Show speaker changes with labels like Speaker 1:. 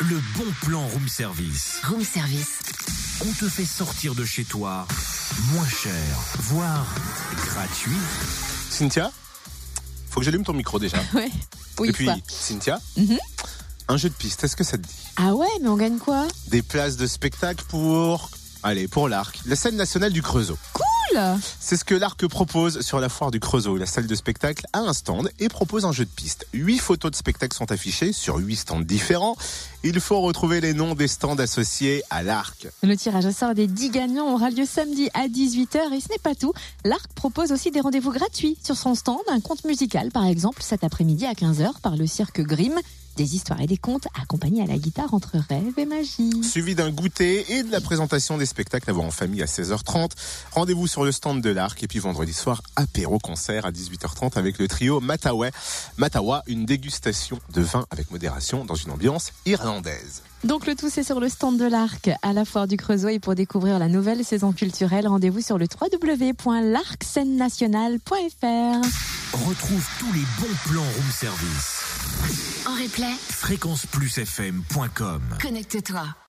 Speaker 1: Le bon plan room service.
Speaker 2: Room service.
Speaker 1: On te fait sortir de chez toi moins cher, voire gratuit.
Speaker 3: Cynthia, faut que j'allume ton micro déjà.
Speaker 4: Ouais. Oui,
Speaker 3: Et puis,
Speaker 4: quoi.
Speaker 3: Cynthia,
Speaker 4: Mhm.
Speaker 3: un jeu de piste, est-ce que ça te dit
Speaker 4: Ah ouais, mais on gagne quoi
Speaker 3: Des places de spectacle pour. Allez, pour l'Arc, la scène nationale du Creusot.
Speaker 4: Cool
Speaker 3: C'est ce que l'Arc propose sur la foire du Creusot. La salle de spectacle a un stand et propose un jeu de piste. Huit photos de spectacle sont affichées sur huit stands différents. Il faut retrouver les noms des stands associés à l'Arc.
Speaker 4: Le tirage au sort des 10 gagnants aura lieu samedi à 18h et ce n'est pas tout. L'Arc propose aussi des rendez-vous gratuits sur son stand, un conte musical par exemple cet après-midi à 15h par le cirque Grimm. Des histoires et des contes accompagnés à la guitare entre rêve et magie.
Speaker 3: Suivi d'un goûter et de la présentation des spectacles à voir en famille à 16h30. Rendez-vous sur le stand de l'Arc et puis vendredi soir, apéro concert à 18h30 avec le trio Matawai. Matawa, une dégustation de vin avec modération dans une ambiance irlandaise.
Speaker 4: Donc le tout c'est sur le stand de l'Arc à la foire du Creusot et pour découvrir la nouvelle saison culturelle, rendez-vous sur le www.larcscenenationale.fr.
Speaker 1: Retrouve tous les bons plans room service.
Speaker 2: En replay,
Speaker 1: Fréquenceplusfm.com
Speaker 2: connecte-toi.